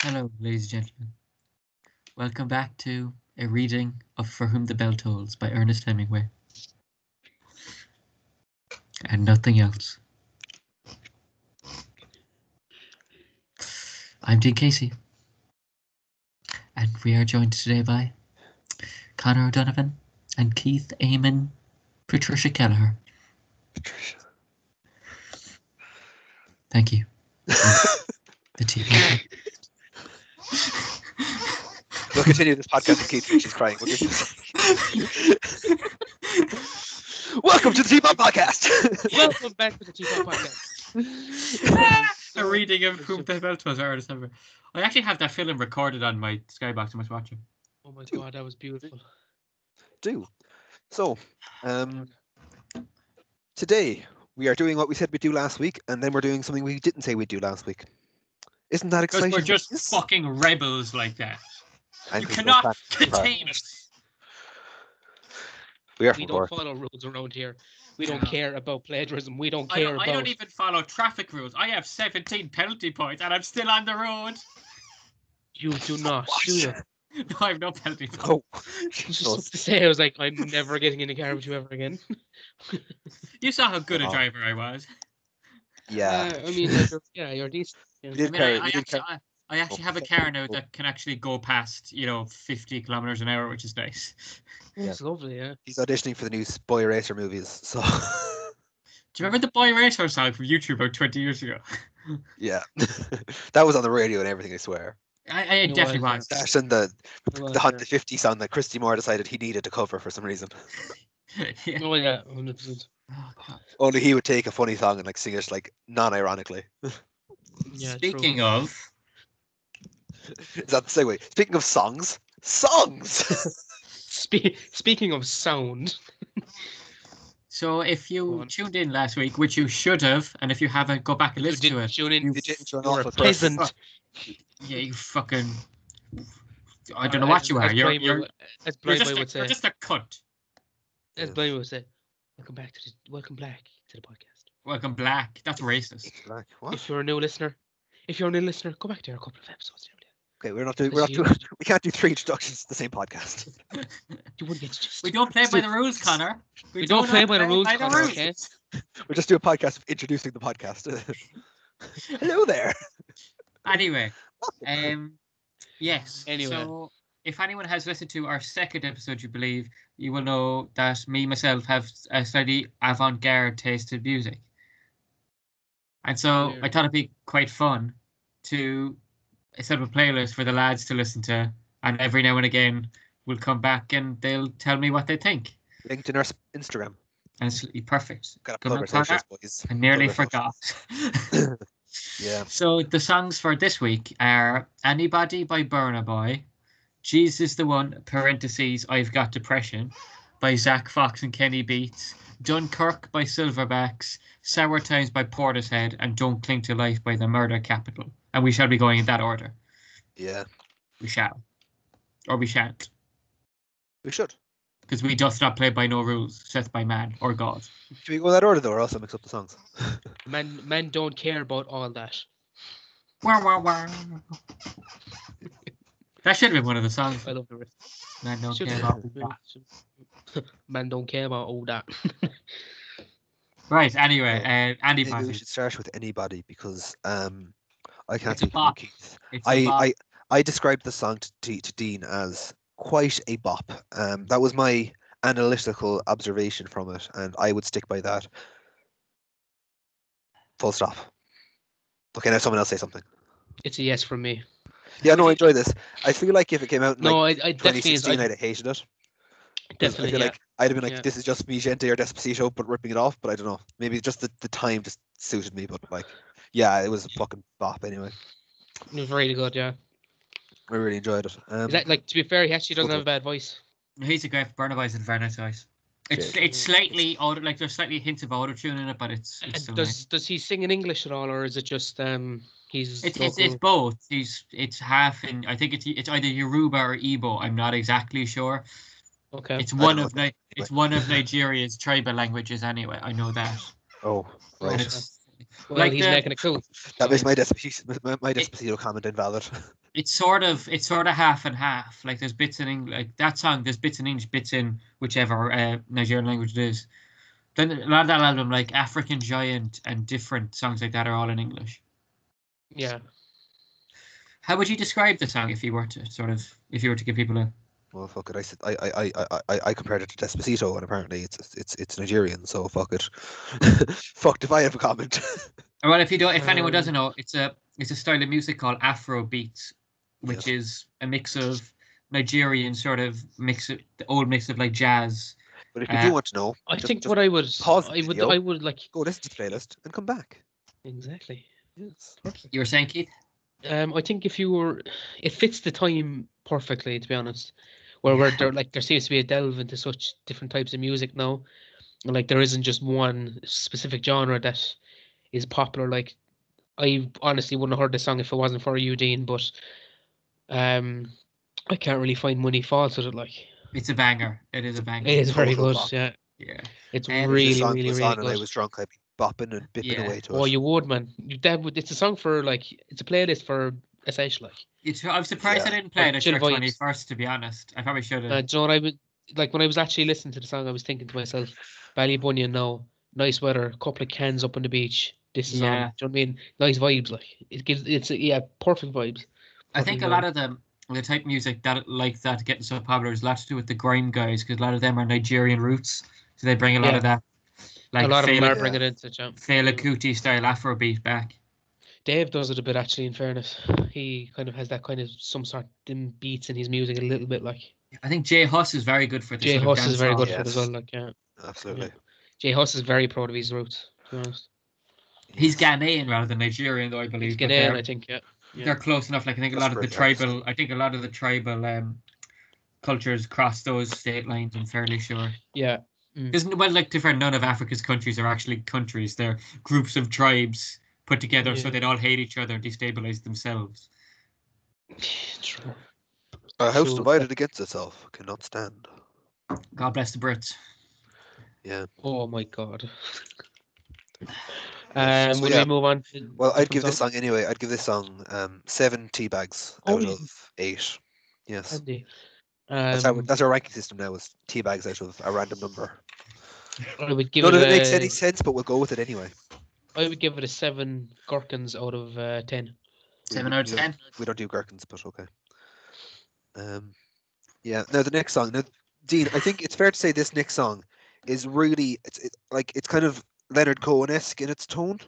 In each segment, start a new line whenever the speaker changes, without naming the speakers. Hello, ladies and gentlemen. Welcome back to a reading of For Whom the Bell Tolls by Ernest Hemingway. And nothing else. I'm Dean Casey. And we are joined today by Connor O'Donovan and Keith Amon, Patricia Kelleher.
Patricia.
Thank you. the TV.
We'll continue this podcast with Keith. She's crying. We'll continue. Welcome to the Teapot Podcast.
Welcome back to the Teapot Podcast.
a reading of Whom the Bell Tolls by Ernest Hemingway. I actually have that film recorded on my Skybox. I must watch it.
Oh my god, that was beautiful.
Do. So, um, today we are doing what we said we'd do last week, and then we're doing something we didn't say we'd do last week. Isn't that
Because
exciting?
we're just
Yes.
fucking rebels like that.
And
You
we go
cannot
back to that.
contain us.
We are
We
from
don't
Cork.
follow rules around here. We don't
No.
care about plagiarism. We don't
I
care
don't, I
about.
don't even follow traffic rules. I have 17 penalty points and I'm still on the road.
You do not. Do you?
No, I have no penalty points.
Oh,
Just something to say, I was like, I'm never getting in the car with you ever again.
You saw how good a
Wow.
driver I was.
yeah.
Uh, I mean, like, you're- yeah, you're decent.
You
I
did
mean, I,
carry.
I,
You Oh. did
actually,
carry.
I, I actually have a car now that can actually go past, you know, 50 kilometers an hour, which is nice.
Yeah. It's lovely, yeah.
He's auditioning for the new Boy Racer movies. So,
Do you
Mm.
remember the boy racer song from YouTube about 20 years ago?
yeah, that was on the radio and everything. I swear.
I, I
was,
definitely
yeah.
was.
That and the
It was,
the Honda 50 song that Christy Moore decided he needed to cover for some reason.
Yeah.
yeah. Oh yeah, 100%.
Oh, God.
Only he would take a funny song and like sing it like non-ironically.
Yeah, true.
Speaking of,
Is that the segue? Speaking of songs, songs.
Spe- speaking of sound,
so if
Go
you
on.
tuned in last week, which you should have, and if you haven't, go back and
you
listen to
didn't
it.
tune in.
You didn't turn
You're
off
a
at first.
peasant.
Yeah, you fucking. I don't know
Uh,
what
as-
you
as
are. You're,
Blimey
you're,
would- As
you're,
Blimey
just, a,
would
you're
say.
just a cunt.
As Blimey would say. Welcome back to the. Welcome back to the podcast.
Welcome black. That's racist.
Like, what?
If you're a new listener, if you're a new listener, go back to our couple of episodes. you know,
Okay, we're not doing. We're not doing.
Because
We can't do three introductions to the same podcast.
You wouldn't get to
We don't play by the rules, Connor.
We don't
do
play
not
by the rules, Connor, okay?
We'll just do a podcast of introducing the podcast. Hello there.
Anyway, um, yes.
Anyway.
So, if anyone has listened to our second episode, you believe you will know that me myself have a slightly avant-garde taste in music, and so I
Clearly.
thought it'd be quite fun to set up a playlist for the lads to listen to, and every now and again we'll come back and they'll tell me what they think,
LinkedIn or s- Instagram.
and it's absolutely perfect.
Got to
Come
plug
on,
our
Connor.
socials, boys.
I nearly
Plug our
forgot.
socials. Yeah.
So the songs for this week are "Anybody" by Burna Boy, "Jesus the One" (parentheses I've Got Depression) by Zach Fox and Kenny Beats, "Dunkirk" by Silverbacks, "Sour Times" by Portishead, and "Don't Cling to Life" by The Murder Capital. And we shall be going in that order.
Yeah.
We shall, or we shan't,
We should.
because we doth not play by no rules set by man or God.
Should we go in that order though, or else I'll mix up the songs?
men, men don't care about all that.
Wah, wah, wah. That should have been one of the songs.
I love the riff.
Man, don't
Should-
care about that.
should- men don't care about all that.
Right, anyway, uh, Andy
Maybe we
Patty.
should start with anybody because um, I can't
It's a
speak for
bop.
Keith.
It's
I,
about-
I I described the song to, to, to Dean as quite a bop. Um, that was my analytical observation from it, and I would stick by that. Full stop. Okay, now someone else say something.
It's a yes from me.
Yeah, no, I enjoy this. I feel like if it came out in
No,
like
I, I definitely is.
2016,
I,
I'd have hated it. 'Cause I
definitely,
feel
yeah.
like I'd have been like,
Yeah.
this is just me, gente or Despacito, but ripping it off. But I don't know. Maybe just the, the time just suited me. But like, yeah, it was a fucking bop anyway.
It was really good, yeah.
I really enjoyed it. Um,
Is that, like, to be fair, he actually doesn't
good
have a bad voice.
he's a great Barnabas and Vernon Ice. It's
Yeah.
it's slightly auto, like there's slightly hints of auto tune in it, but it's
And
it's still
does
nice.
does he sing in English at all, or is it just um he's
It's, it's, it's
local?
both. He's it's half in. I think it's it's either Yoruba or Igbo. I'm not exactly sure.
okay?
It's
don't
one
know
of Ni- it's one of Nigeria's tribal languages anyway. I know that.
oh,
And
right.
it's-
well,
like
he's
the-
making it cool.
That makes my Despacito, my, my
It-
Despacito comment invalid.
it's sort of it's sort of half and half. Like there's bits in English, like that song. There's bits in English, bits in whichever uh, Nigerian language it is. Then a lot of that album, like African Giant and different songs like that, are all in English.
Yeah.
How would you describe the song if you were to sort of if you were to give people a
Well, Oh, fuck it. I said I I, I, I- I I compared it to Despacito, and apparently it's it's it's Nigerian. So fuck it. Fucked if I have a comment.
Or, Well, if you don't, if anyone
Um,
doesn't know, it's a it's a style of music called Afro beats, which is a mix of Nigerian sort of mix, of, the old mix of like jazz.
but if you
Uh,
do want to know,
I
just-
think
just
what I would,
pause the
I would,
video.
I would like
go listen to the playlist and come back.
exactly.
Yes.
You were saying, Keith?
Um, I think if you were, it fits the time perfectly. To be honest, where where there like there seems to be a delve into such different types of music now, and like there isn't just one specific genre that is popular. Like I honestly wouldn't have heard this song if it wasn't for you, Dean. But um, I can't really find many faults with it. Like
It's a banger. It is a banger.
it is very
Total
good.
bop.
Yeah,
Yeah.
it's
And if this
If
really,
this song
really,
was
really
on
good.
and I was drunk, I'd be bopping and bipping
Yeah.
away to
Oh,
it.
you would, man. You that would. It's a song for like it's a playlist for essentially.
It's, I'm surprised
Yeah.
I didn't play it
Like
at
chill
your
vibes.
21st, to be honest. I probably should have.
Like, uh, do you know what I would like when I was actually listening to the song? I was thinking to myself, Bally Bunyan now, nice weather, couple of cans up on the beach. This is on.
Yeah.
Do you know what I mean? Nice vibes, like it gives. It's a, yeah, perfect vibes.
I think a lot of them, the type of music that like that getting so popular is a lot to do with the grime guys, because a lot of them are Nigerian roots. So they bring a lot
Yeah.
of that, like
a lot of them
Fela,
are bringing it into jump.
Fela Kuti style Afrobeat back.
Dave does it a bit actually. In fairness, he kind of has that kind of some sort of beats in his music a little bit. Like
I think Jay Huss is very good for this.
Jay
sort of
Huss is
dancehall.
very good
Yeah.
for it as well. Like yeah,
Absolutely.
Jay Huss is very proud of his roots. To be honest,
He's
Yes.
Ghanaian rather than Nigerian, though I believe.
he's
but
Ghanaian,
they're,
I think. Yeah. yeah.
they're close enough. Like I think a
That's
lot of the
pretty accurate.
tribal, I think a lot of the tribal um, cultures cross those state lines. I'm fairly sure.
Yeah.
Isn't well, like to fair, none of Africa's countries are actually countries. They're groups of tribes put together so
Yeah.
they'd all hate each other and destabilize themselves.
True.
A house
So-
divided against itself cannot stand.
God bless the Brits.
Oh my god. Um,
So,
will
yeah.
we move on? To
Well, I'd
different
give this
songs?
song anyway. I'd give this song um, seven tea bags
Oh,
out
yeah.
of eight. Yes.
Andy.
That's, how,
Um,
that's our ranking system now is tea bags out of a random number.
I would give
None
it.
of it makes
a-
any sense, but we'll go with it anyway.
I would give it a seven gherkins out of uh, ten.
We-
Seven
we-
out of
we
ten.
don't- We don't do gherkins, but okay. Um, yeah. Now the next song. Now, Dean, I think it's fair to say this next song is really it's it, like it's kind of Leonard Cohen-esque in its tone.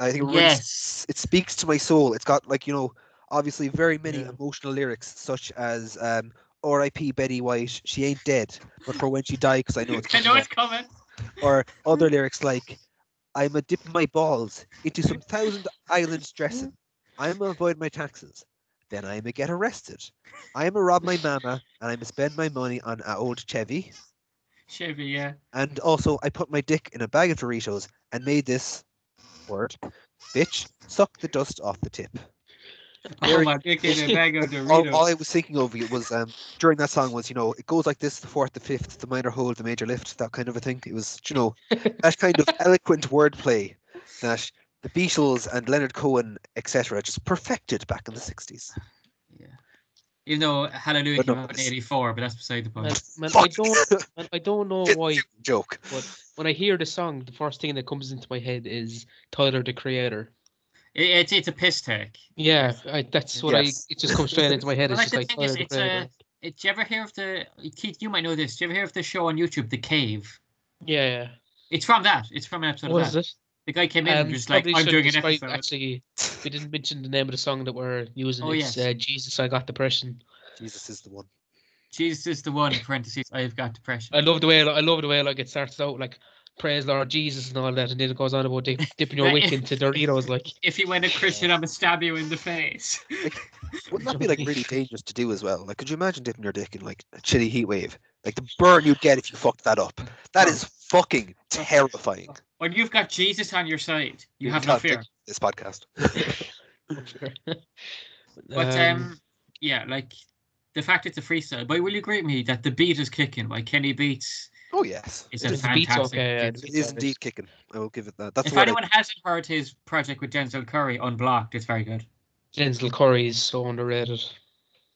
I think it really s-
Yes.
it speaks to my soul. It's got like you know obviously very many
Yeah.
emotional lyrics such as um, "R.I.P. Betty White, she ain't dead, but for when she died, because I know it's
I know
coming
it's coming.
up," or other lyrics like "I'm a dip my balls into some thousand islands dressing, I'm a avoid my taxes, then I'm a get arrested, I'm a rob my mama, and I'm a spend my money on a old Chevy."
Chevy, yeah.
And also, I put my dick in a bag of Doritos and made this word, bitch, suck the dust off the tip.
Oh
Very-
my dick in a bag of
All,
Doritos.
all I was thinking of it was um, during that song was, you know, it goes like this the fourth, the fifth, the minor hold, the major lift, that kind of a thing. It was, you know, that kind of eloquent wordplay that the Beatles and Leonard Cohen, etc., just perfected back in the 60s.
yeah. Even though Hallelujah
But
came
no,
out in
it's-
'84, but that's beside the
Man,
point.
man, I
Fuck.
don't. Man, I don't know
Didn't
why,
you joke.
but when I hear the song, the first thing that comes into my head is Tyler the Creator.
It, it's it's a piss take.
Yeah, I, that's what
Yes.
I. It just comes straight into my head.
Well,
It's
like
just
the thing
like Tyler
is,
the
it's a.
Creator.
It, do you ever hear of the Keith? You might know this. Do you ever hear of the show on YouTube, The Cave?
Yeah,
uh,
It's from that. It's from an
yeah.
episode
What
of that.
is it?
The guy came in and
Um,
was like,
probably
"I'm
should
doing an
describe-
episode."
Actually, we didn't mention the name of the song that we're using.
Oh,
it's
yes.
uh, Jesus, I Got Depression.
Jesus is the one.
Jesus is the one. Parentheses. I've got depression.
I love the way I love the way like it starts out like praise Lord Jesus and all that, and then it goes on about dip, dipping your
That
wick
is-
into Doritos. Like
if you went a Christian, I'm gonna stab you in the face.
Wouldn't that be like really dangerous to do as well? Like, could you imagine dipping your dick in like a chilly heat wave? Like the burn you'd get if you fucked that up. That is fucking terrifying.
when you've got Jesus on your side, you have no
Can't
fear.
take This podcast.
But um, yeah, like the fact it's a freestyle. But will you agree with me that the beat is kicking? Like Kenny Beats
Oh yes,
is
the
a
beat's
fantastic.
okay, yeah,
beat.
the
it
It
is
is.
indeed kicking. I will give it that. That's
if
what I
anyone hasn't heard his project with Denzel Curry, Unblocked, it's very good.
Denzel Curry is so underrated.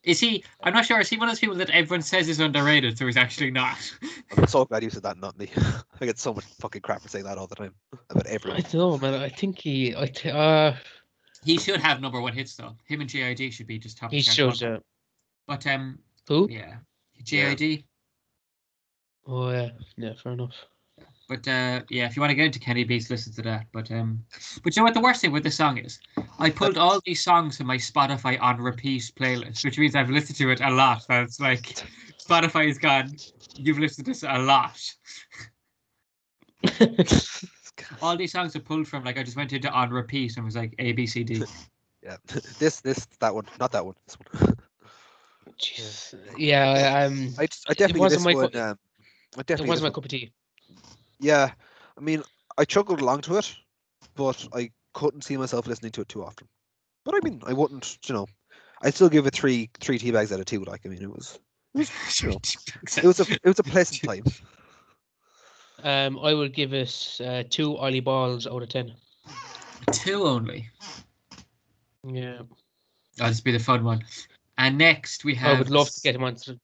Is he? I'm not sure. Is he one of those people that everyone says is underrated, so he's actually not?
I'm so glad you said that, not me. I get so much fucking crap for saying that all the time about
I
everyone.
don't know, man. I think he. I t- uh,
He should have number one hits though. Him and JID should be just top.
he
of the chart.
should. Uh,
But um,
who?
yeah, JID.
Oh yeah, yeah. Fair enough.
But uh, yeah, if you want to get into Kenny Beats, listen to that. But um, but you know what the worst thing with this song is? I pulled all these songs from my Spotify on repeat playlist, which means I've listened to it a lot. So it's like Spotify is gone. You've listened to this a lot. All these songs are pulled from like I just went into on repeat and was like A B C D.
Yeah, this, this, that one, not that one. This one.
Jeez. Yeah. Um.
I, I definitely
wasn't
this
my
one.
cu-
Um, I
It
definitely
wasn't
this
my cup of tea.
Yeah, I mean, I chuckled along to it, but I couldn't see myself listening to it too often. But I mean, I wouldn't, you know, I'd still give it three three tea bags out of two. Like, I mean, it was it was a it was a pleasant time.
Um. I would give it uh, two Ollie balls out of ten.
two only.
Yeah.
That'll just be the fun one. And next we have
I would love to get him on. to-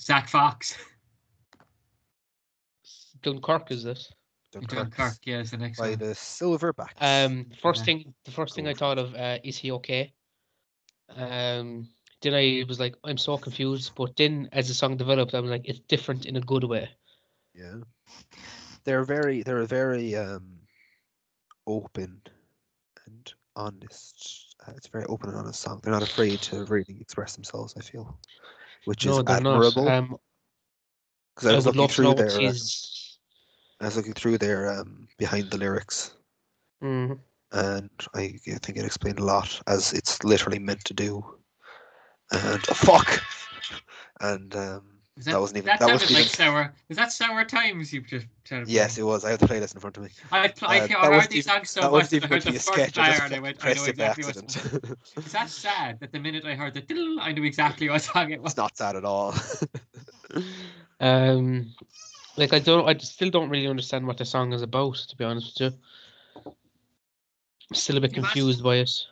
Zach Fox.
Dunkirk is this?
Dunkirk, yeah, is the next
by
one.
the Silverbacks.
Um, first
Yeah.
thing, the first thing I
Cool.
thought of uh, is he okay? Um, then I was like, I'm so confused. But then, as the song developed, I was like, it's different in a good way.
yeah, they're very they're a very um open and honest. Uh, it's a very open and honest song. They're not afraid to really express themselves. I feel, which is
they're not.
admirable.
Um,
Because
I,
I was
would
looking
love to know
through
what
their uh,
his.
I was looking through their um, behind the lyrics,
Mm-hmm.
Mm,
and I, I think it explained a lot as it's literally meant to do. And fuck, and um,
Is
that wasn't even
that,
that
sounded
wasn't even.
like sour. Is that sour times you've just said?
Yes, it was. I had the playlist in front of me.
I pl- I
Uh,
feel-
that
I heard
wasn't
these
even-
songs so
that
much
wasn't
that I
even
heard
meant to
the
be a
first
sketch. I
fire and I went,
just
I know
pressed it by
exactly what.
accident.
Is that sad that the minute I heard the diddle, I knew exactly what song it was?
it's not sad at all.
um, like I don't, I still don't really understand what the song is about. To be honest with you, I'm still a bit
You must-
confused by it.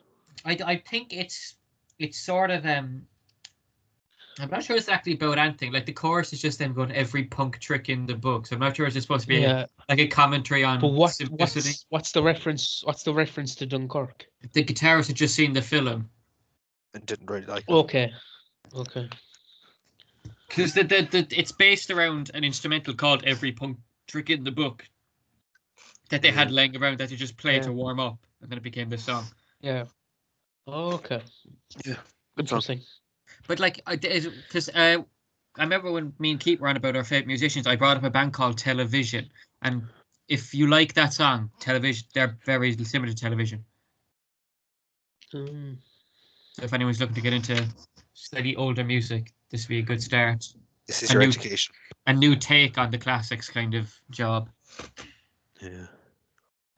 I, I think it's it's sort of um. I'm not sure exactly about anything. Like the chorus is just them going every punk trick in the book. So I'm not sure it's supposed to be
Yeah,
like a commentary on
but what,
simplicity.
what's what's the reference? What's the reference to Dunkirk?
The guitarist had just seen the film.
and didn't really like it.
Okay, okay.
Because the, the, the it's based around an instrumental called Every Punk Trick in the Book that they had laying around that they just played
Yeah.
to warm up, and then it became this song.
Yeah. Okay.
Yeah.
Interesting.
But like, because uh, I remember when me and Keith were on about our favorite musicians, I brought up a band called Television, and if you like that song, Television, they're very similar to Television.
Mm.
So if anyone's looking to get into slightly older music, this would be a good start.
This is
I
your
knew-
education.
A new take on the classics kind of job.
Yeah.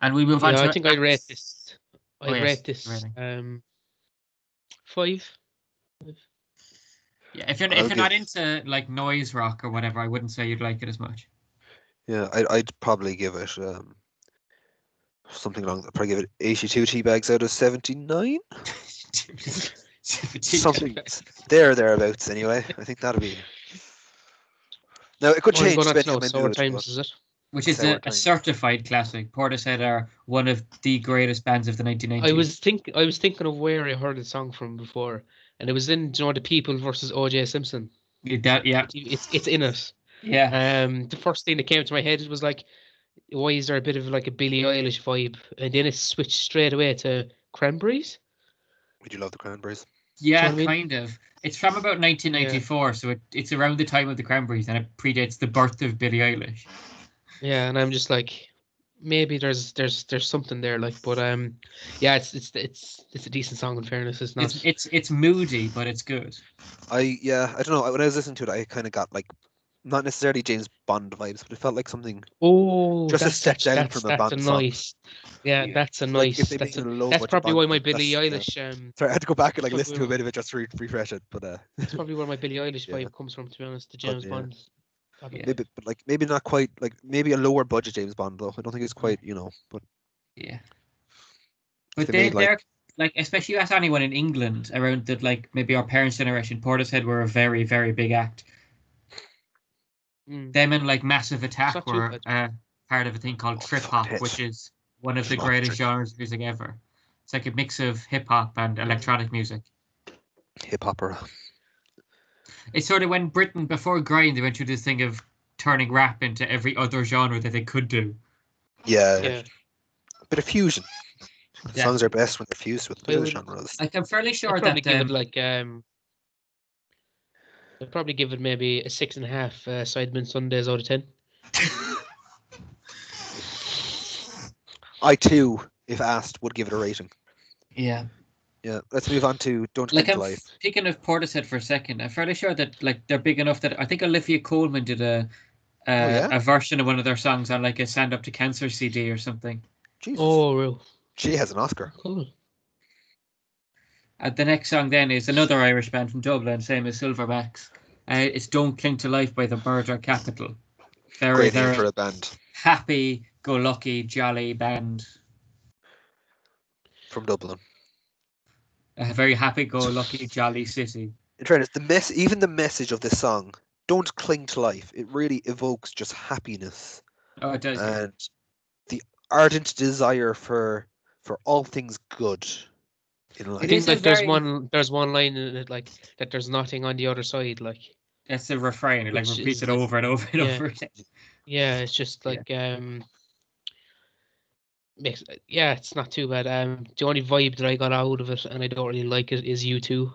And we move on
Yeah,
to
I think I rate this. I
Oh, yes,
rate this
rating.
um, five.
Yeah, if you're
I'll
if you're not
give-
into like noise rock or whatever, I wouldn't say you'd like it as much.
Yeah, I'd, I'd probably give it um, something along. I'd probably give it 82 tea bags out of 79. Something there, thereabouts, anyway. I think that'll be. Now, it could
Oh, you're
change.
going on to
depending
know
on
sour
how many
times,
do it,
is it?
Which is
Sour
a, a
Times.
certified classic. Portishead are one of the greatest bands of the 1990s.
I was think I was thinking of where I heard the song from before, and it was in do you know the People versus O.J. Simpson.
Yeah, that- yeah,
It's it's in it.
yeah.
Um, the first thing that came to my head was like, why is there a bit of like a Billie Eilish vibe, and then it switched straight away to Cranberries.
but Would you love the cranberries?
Yeah,
Do you know what I
kind of. It's from about 1994, so it, it's around the time of the Cranberries, and it predates the birth of Billie Eilish.
Yeah, and I'm just like, maybe there's there's there's something there, like, but um, yeah, it's it's it's it's a decent song. In fairness, it's not.
It's it's it's moody, but it's good.
I yeah, I don't know. When I was listening to it, I kind of got like not necessarily James Bond vibes, but it felt like something.
oh,
just a
that's
step
such-
down
that's,
from a
that's
Bond
a
song.
nice. Yeah,
Yeah.
that's a
like,
nice.
if they
that's
made
a-
it a low
that's
budget
probably
Bond
why my
film,
Billie
that's- yeah.
Eilish um,
Sorry, I had to go back and like
Fuck,
listen
we
to a
were-
bit of it just to re- refresh it, but uh,
that's probably where my Billie Eilish
Yeah. Oh,
vibe comes from. To be honest, the James
yeah.
Bond.
Yeah.
maybe but like maybe not quite like maybe a lower budget James Bond though. I don't think it's quite you know, but
Yeah. But
They
they,
made, like-
they're like especially as anyone in England around that like maybe our parents' generation, Portishead were a very very big act.
Mm.
Them and like Massive
not
Attack
too
were
bad.
uh, part of a thing called trip hop,
Fuckhead.
which is one of the
Fuck
greatest
trip.
genres of music ever. It's like a mix of hip hop and electronic music.
Hip hop or
It's sort of when Britain before grime they went through this thing of turning rap into every other genre that they could do.
yeah,
Yeah.
a bit of fusion.
Yeah.
Songs are best when they're fused with
I
other
would-
genres.
Like I'm fairly
They'd
sure
probably
that
give it
um,
like um. They'd probably give it maybe a six and a half uh, Sidemen Sundays out of ten.
I too, if asked, would give it a rating.
yeah.
Yeah, let's move on to Don't Come
Like
to
I'm
Life.
speaking of Portishead for a second, I'm fairly sure that like they're big enough that I think Olivia Coleman did a uh,
Oh, yeah?
a version of one of their songs on like a Stand Up to Cancer CD or something.
Jesus,
Oh, real
she has an Oscar.
cool.
And Uh, the next song then is another Irish band from Dublin, same as Silverbacks. Uh, it's "Don't Cling to Life" by the Murder Capital. They're,
Great
they're
name for a band
happy, go lucky, jolly band.
from Dublin.
A very happy, go lucky, jolly city.
In fairness, the mess, even the message of this song, "Don't Cling to Life," it really evokes just happiness.
Oh, it does. yeah.
and the ardent desire for for all things good in life.
It
I
is a
think like there's
very-
one there's one line in it like that there's nothing on the other side like
That's the refrain. It like
Which
repeats
is
it
the-
over and over and
yeah.
over again.
yeah it's just
Yeah.
like um makes yeah it's not too bad um the only vibe that I got out of it and I don't really like it is you two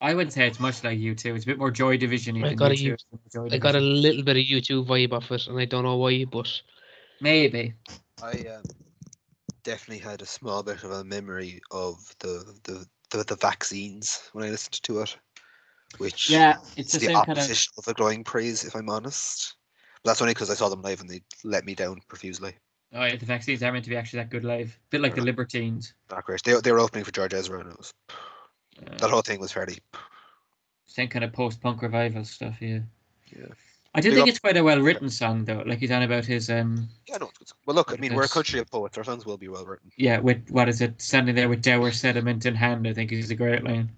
I wouldn't say it's much like you two. It's a bit more Joy Division.
I
than
got a
U2. Joy
I got a
Division.
little bit of you two vibe off it and I don't know why but
maybe.
I um, definitely had a small bit of a memory of the the, the, the vaccines when I listened to it, which
Yeah, it's
is
the,
the,
same kind of.
opposite of... a glowing praise, if I'm honest. But that's only because I saw them live and they let me down profusely.
Oh, yeah, the vaccines aren't meant to be actually that good live. A bit like the Libertines.
Not great. They, they were opening for George Ezra and it was
Uh,
that whole thing was fairly.
same kind of post-punk revival stuff. Yeah.
Yeah.
I do
Big
think
up-
it's quite a well-written song though. Like he's on about his um.
Yeah, no. it's- Well, look, I mean, we're a
Yes.
country of poets. Our songs will be well written.
Yeah, with what is it? Standing there with dour sediment in hand. I think is a great line.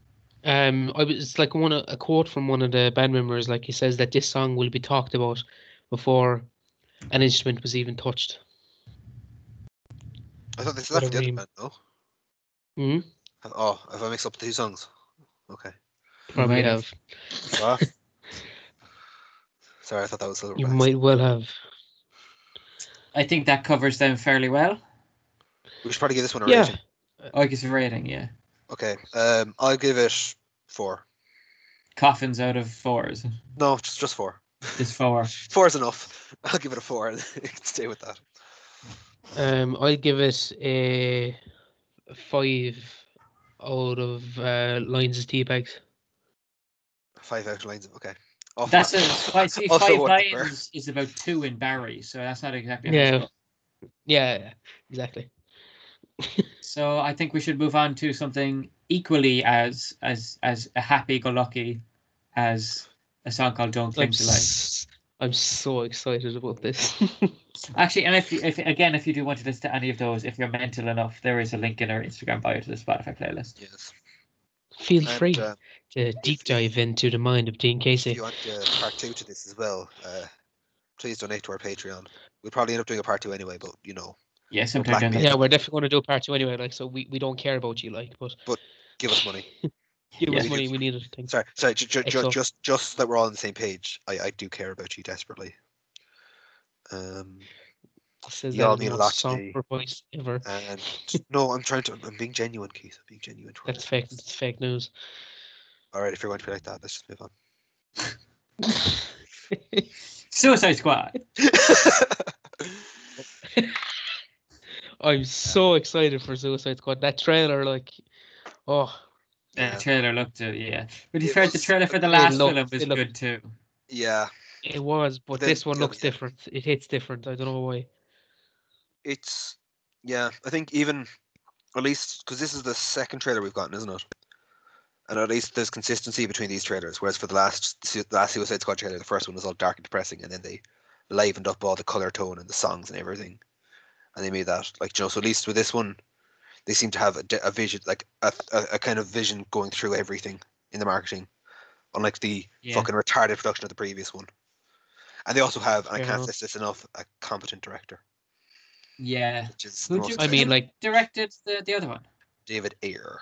Um, I was it's like one of- a quote from one of the band members. Like he says that this song will be talked about before an instrument was even touched.
I thought this is
What
that for
a
the other
meme.
band, no?
Hmm.
Oh, have I mixed up the two songs? Okay.
Probably
might
have.
Ah. Sorry, I thought that was Silverback.
You might well have.
I think that covers them fairly well.
We should probably give this one a
Yeah.
rating.
Oh, I guess a rating. Yeah.
Okay. Um, I'll give it four.
Coffins out of fours.
No, just just four.
Just four.
Four is enough. I'll give it a four. and Stay with that.
Um, I'd give it a five out of uh, lines of tea bags.
Five out of lines. Okay. Off
That's a
mark.
spicy
Also
five
one number.
lines is about two in Barry, so that's not exactly. a
Yeah.
score.
Yeah. yeah, Exactly.
So I think we should move on to something equally as as as a happy-go-lucky as a song called "Don't Cling
I'm,
to Life."
s- I'm so excited about this.
Actually, and if you, if again if you do want to listen to any of those, if you're mental enough, there is a link in our Instagram bio to the Spotify playlist.
Yes.
Feel
And,
free
uh,
to deep dive into the mind of Dean
if
Casey.
you want uh, part two to this as well, uh, please donate to our Patreon. We'll probably end up doing a part two anyway, but you know,
Yeah,
Black
sometime down the
Mirror.
Yeah, we're definitely going to do a part two anyway. Like, so we, we don't care about you, like, but
give us money.
give
Yeah.
us money. We need it. Thanks.
Sorry, sorry. Ju- ju- ju-
Excellent.
just just that we're all on the same page. I, I do care about you desperately. Um.
Says
You
that
all
in the
mean a
most
lot to
somber voice ever.
And no, I'm trying to. I'm being genuine, Keith. I'm being genuine. towards
That's
you.
fake. That's fake news.
All right, if you're going to be like that, let's just move on.
Suicide Squad.
I'm so excited for Suicide Squad. That trailer, like, oh,
The trailer looked uh, yeah, but you
It
heard the
was-
trailer for the last
looked-
film was
it looked-
good too.
yeah,
it was, but
Then
this one
the
looks
other-
different. It hits different. I don't know why.
it's yeah. I think even at least because this is the second trailer we've gotten, isn't it? And at least there's consistency between these trailers. Whereas for the last Su- the last Suicide Squad trailer, the first one was all dark and depressing, and then they livened up all the color tone and the songs and everything, and they made that like you know. So at least with this one, they seem to have a, de- a vision, like a, a, a kind of vision going through everything in the marketing, unlike the
Yeah.
fucking retarded production of the previous one. And they also have, and I
Fair
can't
enough.
stress this enough, a competent director,
Yeah.
which is the
Would
most
you-
I mean, like
Directed the, the other one.
David Ayer.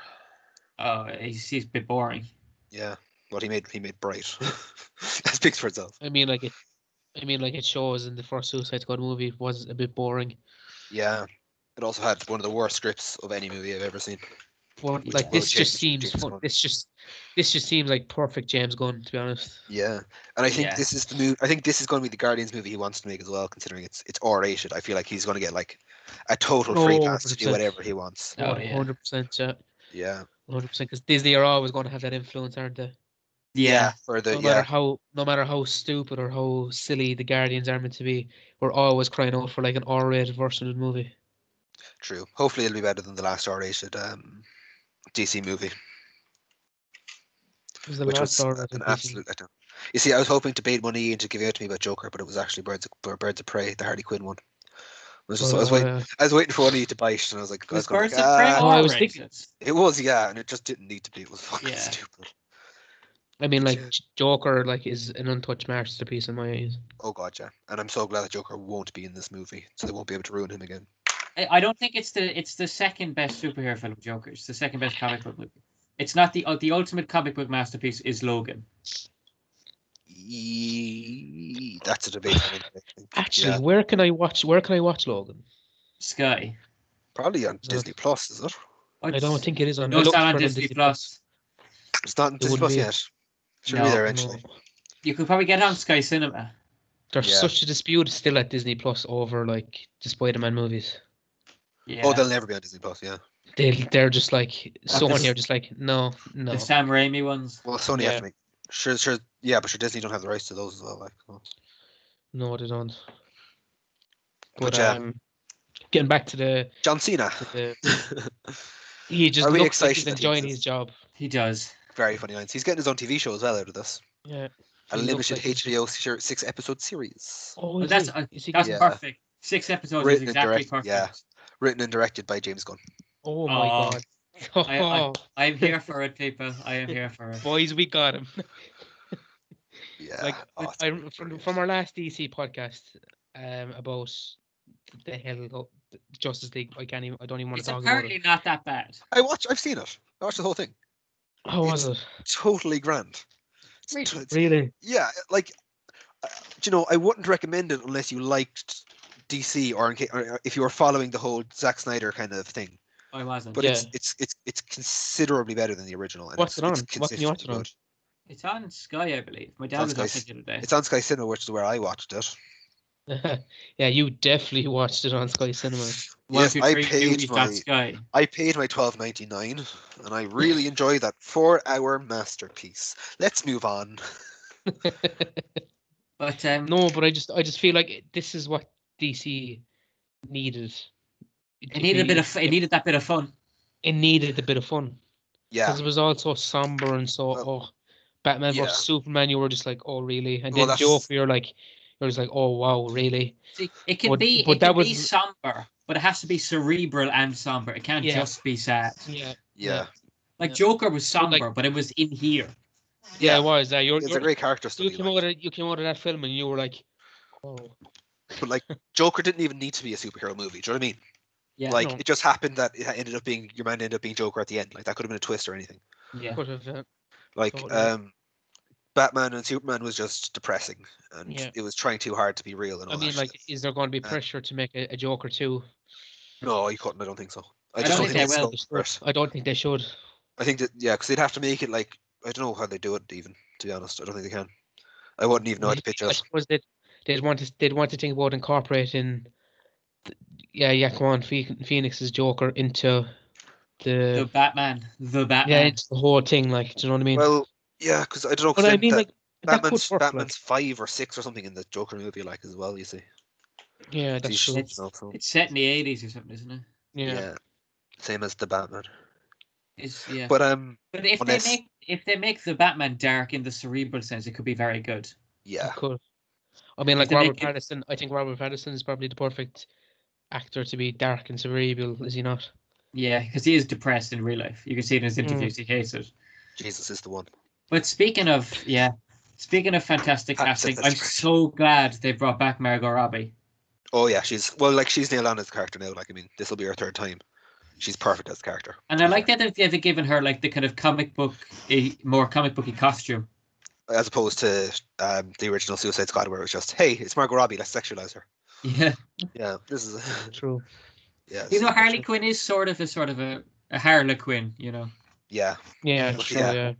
Oh, he's, he's a bit boring.
Yeah, well, he made he made Bright. that speaks for itself.
I mean, like it. I mean, like it shows in the first Suicide Squad movie it was a bit boring,
Yeah, it also had one of the worst scripts of any movie I've ever seen.
but
Which
like
will
this just
change
seems
James
fun.
Gunn.
This just this just seems like perfect James Gunn to be honest.
Yeah, and I think
Yeah.
this is the move. I think this is going to be the Guardians movie he wants to make as well, considering it's it's R rated. I feel like he's going to get like a total free
Oh,
pass to do
100%.
whatever he wants.
Oh,
One
yeah.
hundred percent, yeah,
Yeah,
one hundred percent. Because Disney are always going to have that influence, aren't they?
yeah, for the
No matter
yeah,
how, no matter how stupid or how silly the Guardians are meant to be, we're always crying out for like an R-rated version of the movie.
true. Hopefully, it'll be better than the last R rated um, DC movie,
It was the
which
last
was an
R-rated DC.
absolute letdown. You see, I was hoping to bait money into giving out to me about Joker, but it was actually Birds of, Birds of Prey, the Harley Quinn one. I was, just, I was
Well,
waiting.
uh,
I was waiting for one of you to bite, and I was like, I was
Was
gonna be
Birds
like,
of Prey
"Ah."
Oh, I was
R-rated?
It was, yeah, and it just didn't need to be. It was fucking
Yeah.
stupid.
I mean, like
Yeah.
J- Joker, like is an untouched masterpiece in my eyes.
Oh god, yeah. And I'm so glad that Joker won't be in this movie, so they won't be able to ruin him again.
I I don't think it's the it's the second best superhero film, Joker. It's the second best comic book movie. It's not the uh, the ultimate comic book masterpiece is Logan.
Eee, That's a debate. I think.
Actually,
Yeah.
where can I watch? Where can I watch Logan?
Sky.
Probably on Disney Plus, is it?
I don't think it is on.
no,
I
it's
looked
not
for
on
it
Disney Plus.
It's not on Disney
wouldn't
Plus
be.
yet. Should be
No,
there
No.
eventually.
You could probably get it on Sky Cinema.
Oh,
There's
Yeah.
such a dispute still at Disney Plus over like the Spider-Man movies.
Yeah.
Oh, they'll never be on Disney Plus. Yeah.
They they're just like someone
this
here
is-
just like no no.
the Sam Raimi ones.
Well, Sony have
Yeah.
to make. Sure, sure. Yeah, but sure, Disney don't have the rights to those as well. Like, so.
No, they don't.
But,
But
yeah.
um, getting back to the,
John Cena.
to the he just
Are we
looks like
excited
he's
that he
enjoying
exists?
his job.
He does.
Very funny lines. He's getting his own TV show as well out of this.
Yeah.
A
He looks
limited
like he's-
HBO ser- six episode series.
Oh,
But
is
that's
he?
uh,
Is he-
that's
Yeah.
perfect. Six episodes
Written
is
and
exactly
directed,
perfect.
yeah. Written and directed by James Gunn.
oh my
Oh.
god.
I-
Oh,
I'm here for it, people. I am here for it.
boys, we got him.
Yeah.
like
oh,
I-
it's
I,
gonna be
from,
brilliant.
from our last DC podcast um, about the hell of the Justice League. I can't even. I don't even want
It's
to talk about
apparently
it.
not that bad.
I watch. I've seen it. I watched the whole thing.
How was it?
Totally grand. It's t- it's-
Really?
yeah, like, uh, do you know, I wouldn't recommend it unless you liked DC or, in ca- or uh, if you were following the whole Zack Snyder kind of thing.
I wasn't.
But it's
Yeah.
it's it's it's considerably better than the original. And
What's
it's,
it
it's
on? What can you watch it
consistently
on?
good.
it's on Sky, I believe. My
on
dad was
Sky
watching
C-
it the other day.
It's on Sky Cinema, which is where I watched it.
yeah, you definitely watched it on Sky Cinema.
One,
yes,
two,
I
three,
paid
Judy's got
my-
Sky.
I paid my twelve ninety nine, and I really enjoyed that four hour masterpiece. Let's move on.
But um,
No, but I just I just feel like it- this is what DC needed.
it needed a bit of. It needed that bit of fun.
it needed a bit of fun
Yeah.
because it was all so somber and so oh, Batman
yeah.
versus Superman. You were just like oh really, and
Well,
then
that's-
Joker, you're like you're just like oh wow really.
See, it can
But-
be.
but
it
that
can be
was-
somber, but it has to be cerebral and somber. It can't
Yeah.
just be sad.
Yeah,
Yeah.
Like
Yeah.
Joker was
But,
somber,
like-
but it was in here.
yeah, it was. Uh, you're,
It's
you're-
a great character
you
study.
came
like.
out of you came out of that film and you were like, oh
But like Joker didn't even need to be a superhero movie. Do you know what I mean?
Yeah.
like
no.
it just happened that it ended up being your man ended up being Joker at the end. Like that could have been a twist or anything.
yeah.
could have. Uh,
Like
Totally.
um, Batman and Superman was just depressing, and
Yeah.
it was trying too hard to be real. And
I
all
mean,
that
like,
shit.
is there going to be
Uh,
pressure to make a, a Joker too?
no, you couldn't. I don't think so. I
I
just
don't think
it's
they will.
so smart.
I don't think they should.
I think that yeah, because they'd have to make it like I don't know how they do it even. To be honest, I don't think they can. I wouldn't even know how to pitch
I
it.
suppose they'd, they'd want to they'd want to think about incorporating, th- yeah, Yakuan Phe- Phoenix's Joker into
The
the
Batman. The
yeah
Batman.
into the whole thing. Like, do you know what I mean?
Well, yeah, because I don't know. 'cause
but I
then
mean,
that-
like, that could
Batman's
work. like,
Batman's five or six or something in the Joker movie, like as well. You see,
yeah, that's
These-
true.
It's-
you know, so-
It's set in the eighties or something, isn't it?
Yeah.
same as the Batman.
It's yeah. But,
But um,
if
unless-
they make if they make the Batman dark in the cerebral sense, it could be very good.
yeah,
Cool. I
If
mean, like
they
Robert
make it-
Pattinson. I think Robert Pattinson is probably the perfect actor to be dark and cerebral, is he not?
Yeah, because he is depressed in real life. You can see in his interviews he hates it.
Jesus is the one.
But speaking of yeah, speaking of fantastic
Ah,
casting,
that's
I'm
right.
so glad they brought back Margot Robbie.
Oh yeah, she's well, like she's nailed on as a character now. Like I mean, this will be her third time. She's perfect as a character.
And I like that they've, they've given her like the kind of comic book, a more comic booky costume.
As opposed to um, the original Suicide Squad, where it was just, "Hey, it's Margot Robbie. Let's sexualize her."
Yeah,
Yeah, this is
True.
yeah.
you know
it's-
Harley Quinn is sort of a sort of a, a Harlequin, you know.
Yeah.
Yeah,
But
true.
yeah,
Yeah.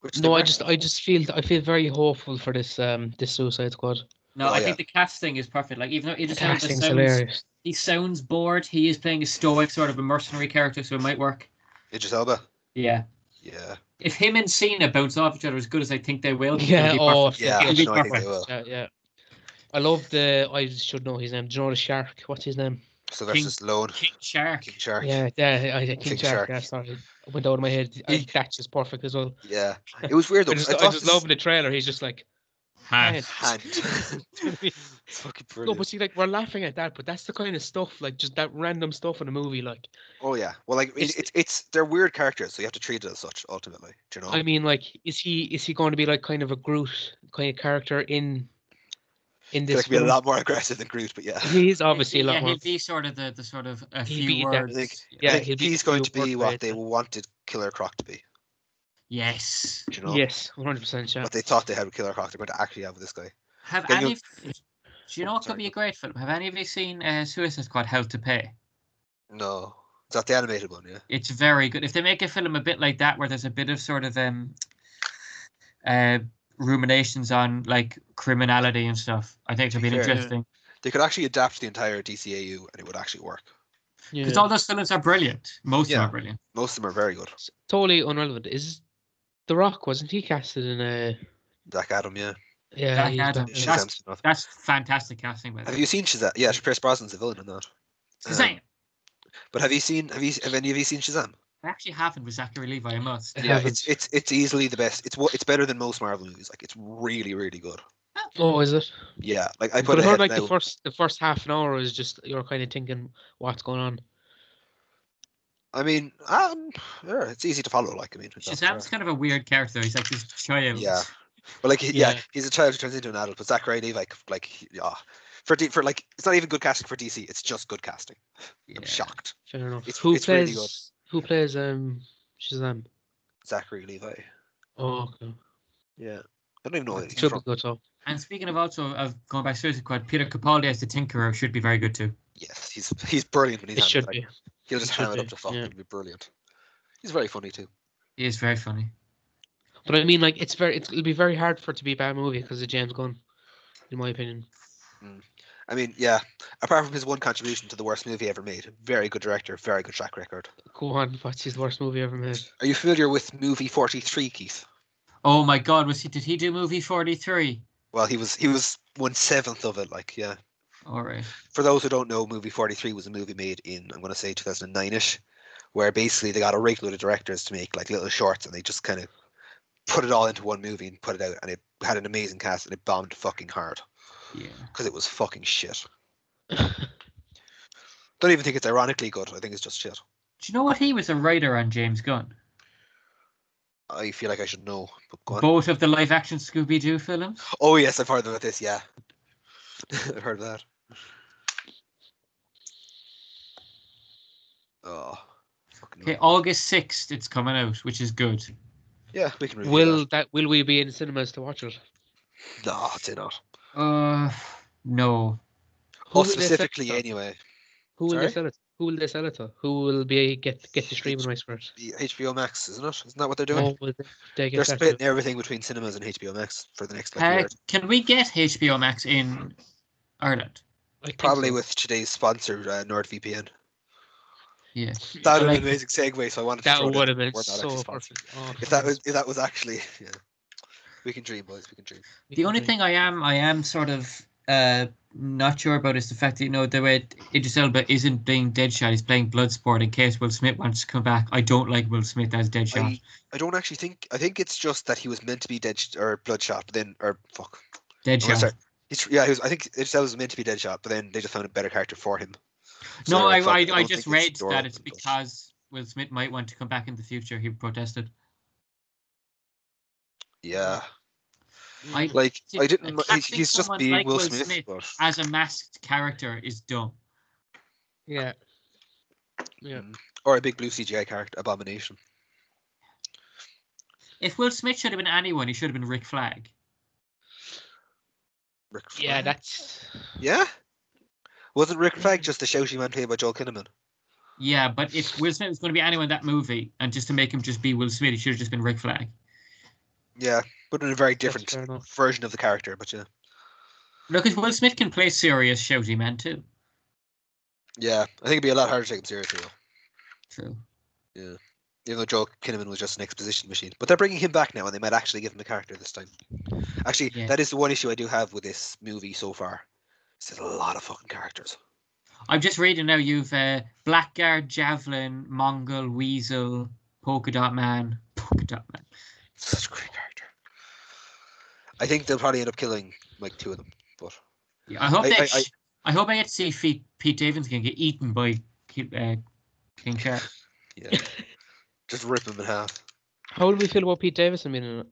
Which they
No, I
weren't.
just, I just feel, I feel very hopeful for this, um, this Suicide Squad.
No,
Oh,
I
yeah.
think the casting is perfect. Like even though Idris Elba
Casting's
sounds,
hilarious.
he sounds bored, he is playing a stoic sort of a mercenary character, so it might work.
Idris Elba.
Yeah.
Yeah.
If him and Cena bounce off each other as good as I think they will,
Yeah.
it'll be
Oh,
perfect.
Yeah.
It'll be
No, I think they
perfect.
will.
yeah, yeah. I love the. I should know his name. Do you know the shark? What's his name?
Sylvester Stallone.
King Shark.
King Shark. Yeah.
Yeah, yeah. I, I King,
King
Shark.
Shark.
Yeah, sorry, it went out of my head. I
He-
think that's just perfect as well.
It was weird though.
I
'cause
just,
I
I
thought
just
this-
love in the trailer. He's just like,
Hand.
hand.
it's
it's fucking
no,
brilliant.
but see, like we're laughing at that, but that's the kind of stuff, like just that random stuff in a movie. Like,
Oh yeah. Well, like
It's-
it's, it's it's they're weird characters, so you have to treat it as such ultimately. Do you know?
I mean, like, is he is he going to be like kind of a Groot kind of character in in
They
this?
can be a
film?
lot more aggressive than Groot, but yeah.
He is obviously a lot
yeah,
more.
he'll be sort of the, the sort of a
He'll
few
be that
words.
big-
yeah,
I
he'll
think
be
he's going to
more
be what
creative.
they wanted Killer Croc to be.
Yes.
do You know?
Yes, one hundred percent. Yeah.
What they thought they had with Killer Croc, they're going to actually have with this guy.
Have
Can
any?
you-
of- Do you know what could
Sorry,
be a
go.
great film? Have any of you seen uh, Suicide Squad: How to Pay?
No, is that the animated one? Yeah.
It's very good. If they make a film a bit like that, where there's a bit of sort of um, uh, ruminations on like criminality and stuff, I think it'll be an
Sure, yeah.
interesting.
They could actually adapt the entire DCAU, and it would actually work.
Because
Yeah.
all those films are brilliant. Most of
Yeah.
them are brilliant.
Most of them are very good.
It's totally unrelevant. Is The Rock wasn't he casted in a?
Zach Adam, yeah.
Yeah,
Black
he's
Adam.
back in-
Shazam. That's-
Shazam's enough.
That's fantastic casting. By the
Have
way.
you seen Shazam? Yeah, Pierce Brosnan's the villain in that.
It's the same.
Um, But have you seen? Have you? Have any of you seen Shazam?
I actually haven't with Zachary Levi. I must.
I
Yeah,
haven't.
it's it's it's easily the best. It's what it's better than most Marvel movies. Like it's really really good.
Oh, is it?
Yeah, like I put
But I
it ahead
heard like
now.
the first the first half an hour is just you're kind of thinking what's going on.
I mean, um, yeah, it's easy to follow. Like I mean, it's not-
Shazam's kind of a weird character. He's like this child.
Yeah. But like, he- yeah.
Yeah.
he's a child who turns into an adult. But Zachary Levi, like, like, he- yeah, for D, for like, it's not even good casting for DC. It's just good casting. I'm
Yeah.
shocked.
Fair enough.
It's-
who
it's really
plays
good.
who plays um Shazam?
Zachary Levi.
Oh, okay.
Yeah, I don't even know where Oh, he's
Should be
from.
good though.
And speaking of also of going by Suicide Squad, Peter Capaldi as the Tinkerer should be very good too.
Yes, he's he's brilliant when he's
It
on
should
like,
be.
He'll just
should
ham it
be,
up to fuck.
yeah.
It'll be brilliant. He's very funny too.
He is very funny.
But I mean, like, it's very it's, it'll be very hard for it to be a bad movie because of James Gunn, in my opinion.
I mean, yeah. Apart from his one contribution to the worst movie ever made, very good director, very good track record.
Go on, what's his worst movie ever made?
Are you familiar with movie forty three, Keith?
Oh my God, was he? Did he do movie forty three?
Well, he was he was one seventh of it. Like, yeah.
All right.
for those who don't know, movie 43 was a movie made in, I'm going to say 2009 ish, where basically they got a regular of directors to make like little shorts and they just kind of put it all into one movie and put it out. And it had an amazing cast and it bombed fucking hard
Yeah.
because it was fucking shit. Don't even think it's ironically good. I think it's just shit.
Do you know what? He was a writer on James Gunn.
I feel like I should know. But go on.
Both of the live action Scooby Doo films.
oh, yes, I've heard about this. Yeah. I've heard of that. Oh. fucking
Okay, uh,
hell.
August sixth, it's coming out, which is good.
Yeah, we can review
will that will we be in cinemas to watch it?
that. No, I'd say not.
Uh, no.
Who
Oh,
will they sell it
specifically,
to?
anyway.
Who will they
Sorry?
sell it? Who will they sell it to? Who will be get get the streaming rights for it?
the HBO Max, isn't it? Isn't that what they're doing?
Or will they, they
they're
get that to-
splitting everything between cinemas and HBO Max for the next like,
Uh,
year.
can we get HBO Max in Ireland?
I think
Probably
so.
with today's sponsor, uh, NordVPN.
Yeah.
That would
Like-
an amazing segue, so I wanted to
That
throw it in.
would have been
We're not actually
so
sponsored.
perfect. Oh,
If that
fuck,
was, if that was actually, yeah. We can dream, boys. We can dream.
we
The
can
only
do it.
thing I am I am sort of uh not sure about is the fact that you know the way Idris Elba isn't playing Deadshot, he's playing Bloodsport in case Will Smith wants to come back. I don't like Will Smith as Deadshot.
I, I don't actually think. I think it's just that he was meant to be dead or bloodshot, but then or fuck. I'm
Deadshot.
sorry. He's, yeah, he was, I think it was meant to be Deadshot, but then they just found a better character for him.
No,
So
I,
thought-
I, I
don't
just
think
read
it's your
that it's
opinion, but-
because Will Smith might want to come back in the future. He protested.
Yeah,
I,
like
See,
I didn't. mi-
casting
he's just
someone
being
like
Will,
Will
Smith,
Smith
but
as a masked character, is dumb.
Yeah. Yeah.
or a big blue CGI character, abomination.
If Will Smith should have been anyone, he should have been Rick Flag.
Rick
Yeah,
Flag.
that's
yeah. Wasn't Rick Flag just the shouty man played by Joel Kinnaman?
Yeah, but if Will Smith was going to be anyone in that movie, and just to make him just be Will Smith, he should have just been Rick Flag.
Yeah, but in a very
That's
different
fair enough.
version of the character. But yeah,
No, because Will Smith can play serious shouty man too.
yeah, I think it'd be a lot harder to take him seriously, though,
True.
even though Joel Kinnaman was just an exposition machine. But they're bringing him back now, and they might actually give him a character this time. Actually,
Yeah.
that is the one issue I do have with this movie so far. It's a lot of fucking characters.
I'm just reading now. You've uh, Blackguard, Javelin, Mongol, Weasel, Polka Dot Man, Polka Dot Man.
Such a great character. I think they'll probably end up killing like two of them, but
Yeah, I hope
I-
that
I-
sh- I, hope I get to see if Pete, Pete Davidson can get eaten by Ki- uh, King Shark.
yeah, just rip them in half.
how do we feel about Pete Davidson being in it?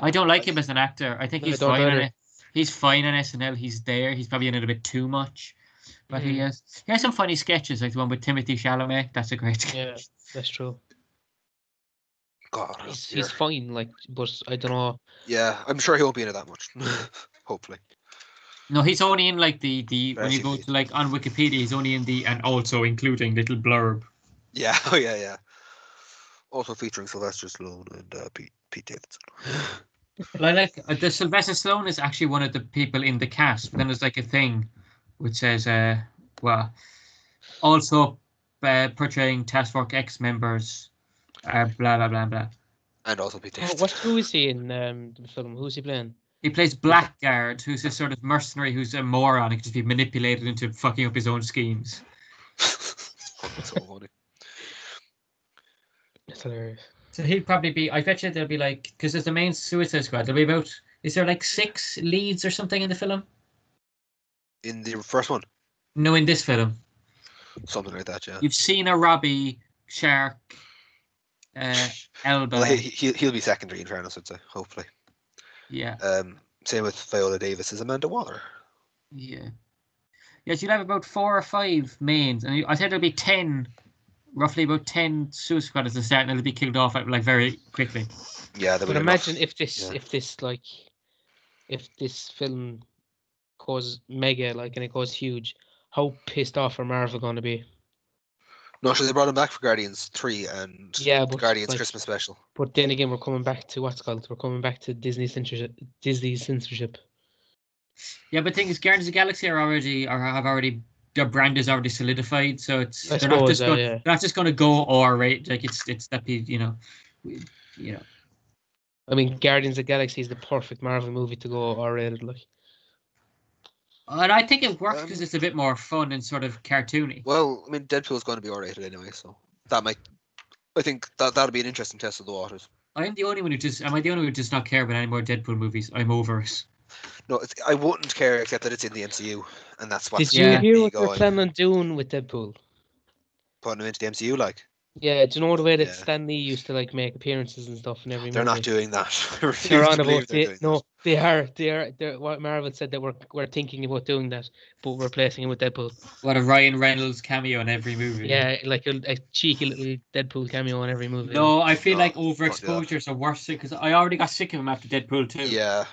I don't like him as an actor. I think
No, I
he's
don't
fine. On
either.
it. He's fine on SNL. He's there. He's probably in it a bit too much, but he
Mm.
is. He has some funny sketches, like the one with Timothy Chalamet. That's a great sketch.
Yeah, that's true.
God, oh
He's,
dear.
he's fine, like, but I don't know.
yeah, I'm sure he won't be in it that much. Hopefully,
No, he's only in like the the when you go
Basically.
to like on Wikipedia, he's only in the and also including little blurb.
yeah, oh yeah, yeah. Also featuring Sylvester Stallone and uh, Pete Pete Davidson.
Like, like uh, the Sylvester Stallone is actually one of the people in the cast. But then there's like a thing which says, uh, well, also uh, portraying Task Force X members, uh, blah blah blah blah.
And also Pete
Oh,
Davidson.
what, who is he in um, the film? Who's he playing?
He plays Blackguard, who's this sort of mercenary who's a moron and can just be manipulated into fucking up his own schemes.
That's so funny.
That's hilarious.
So he'll probably be. I bet you there'll be like because there's the main Suicide Squad. There'll be about. Is there like six leads or something in the film?
In the first one,
No, in this film.
something like that. Yeah.
You've seen a Robbie Shark uh, elbow.
Well, he, he he'll be secondary in fairness, I'd say. Hopefully.
Yeah,
Um, same with Viola Davis as Amanda Waller.
yeah. Yes, you'll have about four or five mains, and you- I said there'll be ten, roughly about ten Suicide Squad at the start, and they'll be killed off like, like very quickly.
Yeah, that
But
would
imagine if this,
Yeah.
if this, like, if this film causes mega, like, and it causes huge, how pissed off are Marvel going to be?
No, so they brought him back for Guardians three and
Yeah,
the
but
Guardians
like,
Christmas special.
But then again, we're coming back to what's it called. We're coming back to Disney censorship. Disney censorship.
Yeah, but the thing is, Guardians of the Galaxy are already are have already their brand is already solidified, so it's
I
they're not,
suppose
just
that,
going,
yeah.
they're not just going to go or rate like it's it's that be you know, we- you know.
I mean, Guardians of the Galaxy is the perfect Marvel movie to go R-rated. Like,
And I think it works because
Um,
it's a bit more fun and sort of cartoony.
Well, I mean, Deadpool's going to be R-rated anyway, so that might. I think that that'll be an interesting test of the waters.
I'm the only one who just. Am I the only one who does not care about any more Deadpool movies? I'm over it.
No, it's, I wouldn't care except that it's in the MCU, and that's what's
did you
Yeah.
keeping
hear
me
what they're
going.
planning on doing with Deadpool?
Putting them into the MCU, like
Yeah, do you know the way that
Yeah.
Stan Lee used to like make appearances and stuff in every
they're
movie?
not doing that. I refuse
They're
to
on
believe
about
they're
they,
doing
no, they are. They are. They're, what Marvel said that we're we're thinking about doing that, but we're replacing it with Deadpool.
What a Ryan Reynolds cameo in every movie.
Yeah, like a, a cheeky little Deadpool cameo in every movie.
No, I feel
No,
like
don't do that.
overexposures are worse because I already got sick of him after Deadpool too.
that. Yeah,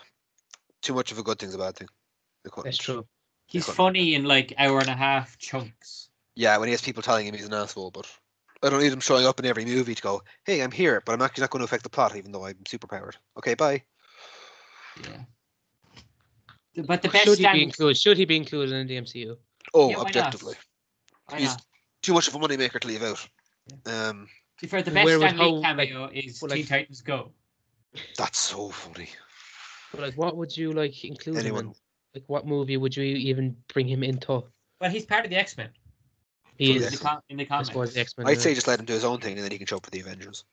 too much of a good thing's a bad thing. They couldn't.
that's true.
He's
Yeah.
funny in like hour and a half chunks.
Yeah, when he has people telling him he's an asshole, but I don't need him showing up in every movie to go, "Hey, I'm here," but I'm actually not going to affect the plot, even though I'm super powered. Okay, bye.
Yeah. But the best
Should he be
Stan.
included? Should he be included in the MCU?
Oh,
Yeah, why not?
objectively,
Why
he's
not?
too much of a moneymaker to leave out. Um,
To be fair, the best
Where would
Stan Lee
how, like-
cameo is
well,
Teen
like-
Titans Go.
that's so funny.
But like, what would you like include him
Anyone?
in? Like, what movie would you even bring him into?
Well, he's part of the X Men.
He
Yeah.
In the,
is.
Yes.
com- in the
I
comics.
suppose the X Men.
I'd say just let him do his own thing, and then he can show up for the Avengers.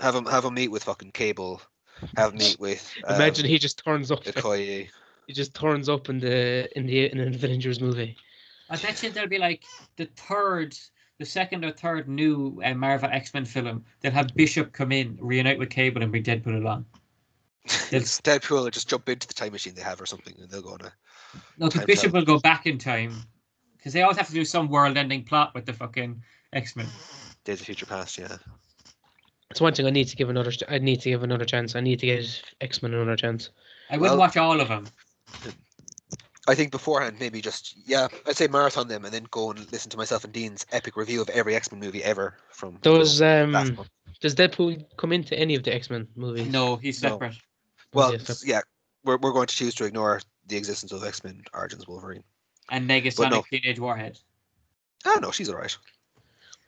Have him have him meet with fucking Cable. Have him meet with um,
Imagine he just turns up.
Okoye.
He just turns up in the in the in an Avengers movie.
I bet you there'll be like the third, the second or third new uh, Marvel X Men film. They'll have Bishop come in, reunite with Cable, and bring Deadpool along.
It's Deadpool will just jump into the time machine they have or something, and they'll go on a.
No, because
Time
Bishop
travel.
will go back in time because they always have to do some world-ending plot with the fucking X Men.
Days of Future Past, yeah.
It's one thing I need to give another. I need to give another chance. I need to give X Men another chance.
I wouldn't
Well-
watch all of them.
I think beforehand, maybe just, yeah, I'd say marathon them and then go and listen to myself and Dean's epic review of every X Men movie ever from.
Does
last
um
month.
does Deadpool come into any of the X Men movies?
No, he's
No.
separate.
Well,
yeah, fair-
yeah, we're, we're going to choose to ignore the existence of X Men Origins Wolverine.
And
But
Negasonic
no.
Teenage Warhead.
Ah, no, she's all right.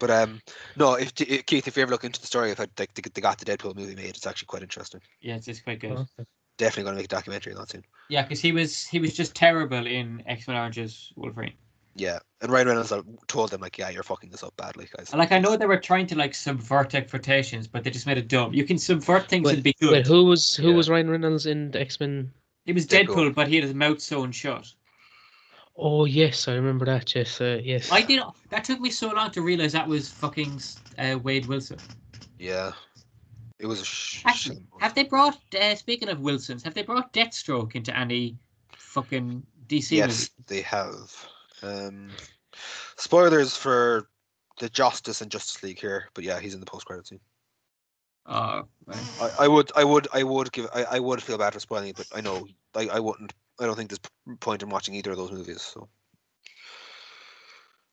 But um, no, if if- Keith, if you ever look into the story of how they, they got the Deadpool movie made, it's actually quite interesting.
Yeah, it's just quite good.
Oh, okay.
Definitely going to make a documentary on that soon.
Yeah, because he was he was just terrible in X Men Oranges Wolverine.
Yeah, and Ryan Reynolds uh, told them like, yeah, you're fucking this up badly, guys.
And like I know they were trying to like subvert expectations, but they just made it dumb. You can subvert things and be good.
Wait, who was who
Yeah.
was Ryan Reynolds in the X Men?
He was
Deadpool.
Deadpool, but he had his mouth sewn shut.
Oh yes, I remember that. Yes, uh, yes.
I did. That took me so long to realize that was fucking uh, Wade Wilson.
Yeah, it was a sh-
Actually,
shame.
have they brought? Uh, speaking of Wilsons, have they brought Deathstroke into any fucking DC
yes, they have. Um, spoilers for the Justice and Justice League here, but yeah, he's in the post credit scene.
movie? Oh, right.
I, I would, I would, I would give, I, I would feel bad for spoiling it, but I know I, I wouldn't. I don't think there's p- point in watching either of those movies. So,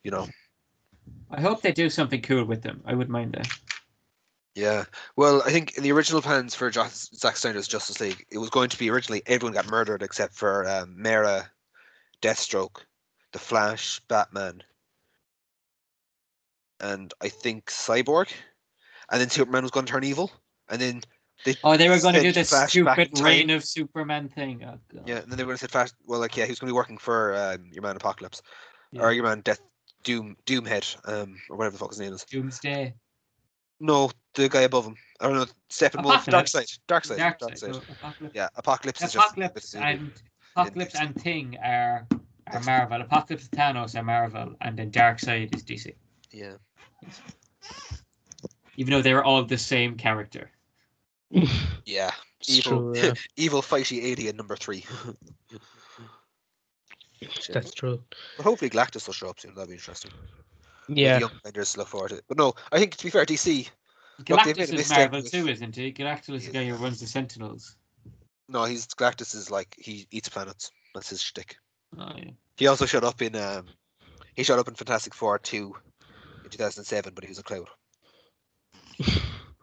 you know,
I hope they do something cool with them. I would not mind that.
yeah. Well, I think in the original plans for Jos- Zack Snyder's Justice League, it was going to be originally everyone got murdered except for um, Mera, Deathstroke, the Flash, Batman, and I think Cyborg, and then Superman was going to turn evil, and then they
Oh, they were going to do
Send
this
Flash back
stupid
in time.
Reign of Superman thing. Oh, God.
Yeah, and then they were going to say fast. Well, like yeah, he was going to be working for um, your man Apocalypse,
Yeah.
or your man Death Doom Doomhead, um, or whatever the fuck his name is.
Doomsday.
No, the guy above him. I don't know. Steppenwolf, Darkseid,
Apocalypse.
Darkseid, Darkseid.
Darkseid. Oh, Apocalypse.
Yeah, Apocalypse. is just-
Apocalypse and Apocalypse and Thing are are
That's-
Marvel. Apocalypse and Thanos are Marvel, and then Darkseid is DC.
yeah,
Even though they're all the same character.
yeah,
It's
evil,
true, uh, yeah.
evil fighty alien number three.
That's true.
But hopefully Galactus will show up soon. That'd be interesting. The
Yeah,
young Avengers look forward to it. But no, I think to be fair, DC. Look, they've made
Galactus is
a mistake
Marvel
with-
too, isn't he? Galactus is the guy who runs the Sentinels.
No, he's Galactus is like he eats planets. That's his shtick.
Oh, yeah.
He also showed up in um, he showed up in Fantastic Four two in two thousand seven, but he was a cloud.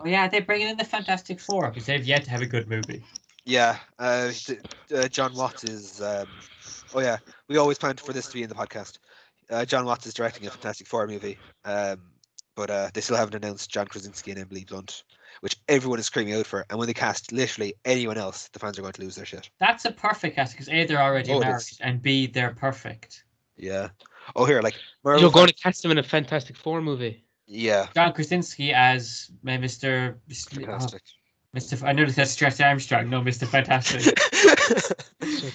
Oh yeah, they're bringing in the Fantastic Four because they've yet to have a good movie.
Yeah, uh, th- uh, John Watts is. Um, oh yeah, we always planned for this to be in the podcast. Uh, John Watts is directing a Fantastic Four movie, um, but uh, they still haven't announced John Krasinski and Emily Blunt, which everyone is screaming out for. And when they cast literally anyone else, the fans are going to lose their shit.
That's a perfect cast because A they're already
Oh, it
married
is.
and B they're perfect.
Yeah. Oh here, like Marvel.
you're going
fans-
to cast him in a Fantastic Four movie.
Yeah.
John Krasinski as uh, Mr. Mr.
Fantastic.
Mr. oh, I noticed that Stretch Armstrong, no Mr. Fantastic,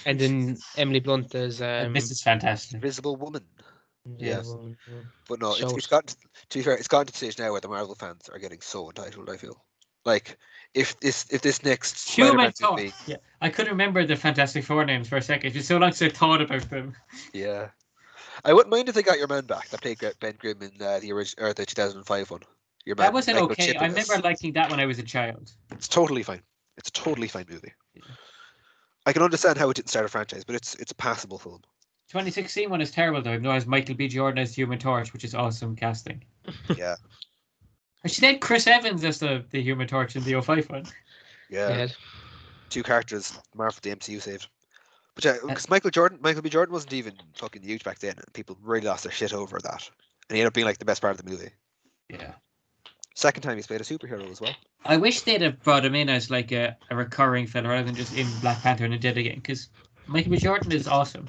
And then Emily Blunt as um,
and Mrs. Fantastic.
Invisible Woman.
yeah,
yes.
well, yeah.
But no, it's,
So-
it's gotten to, to be fair, it's gotten to the stage now where the Marvel fans are getting so entitled. I feel like if this if this next
Human
Spider-Man
thought.
movie,
Yeah, I couldn't remember the Fantastic Four names for a second. It's been so long since I thought about them.
yeah, I wouldn't mind if they got your man back that played Gr- Ben Grimm in uh, the original or the 2005 one. Your man,
That wasn't
Michael
okay.
Chiklis.
I remember liking that when I was a child.
It's totally fine. It's a totally fine movie.
Yeah.
I can understand how it didn't start a franchise, but it's it's a passable film.
2016 one is terrible though. Even though it has Michael B. Jordan as Human Torch, which is awesome casting.
Yeah.
And she had Chris Evans as the, the Human Torch in the 05 one.
Yeah,
Yeah.
two characters Marvel the MCU saved. But yeah,
Uh,
because Michael Jordan, Michael B. Jordan wasn't even fucking huge back then, and people really lost their shit over that. And he ended up being like the best part of the movie.
Yeah.
Second time he's played a superhero as well.
I wish they'd have brought him in as like a, a recurring fella rather than just in Black Panther and then dead again because Michael B. Jordan is awesome.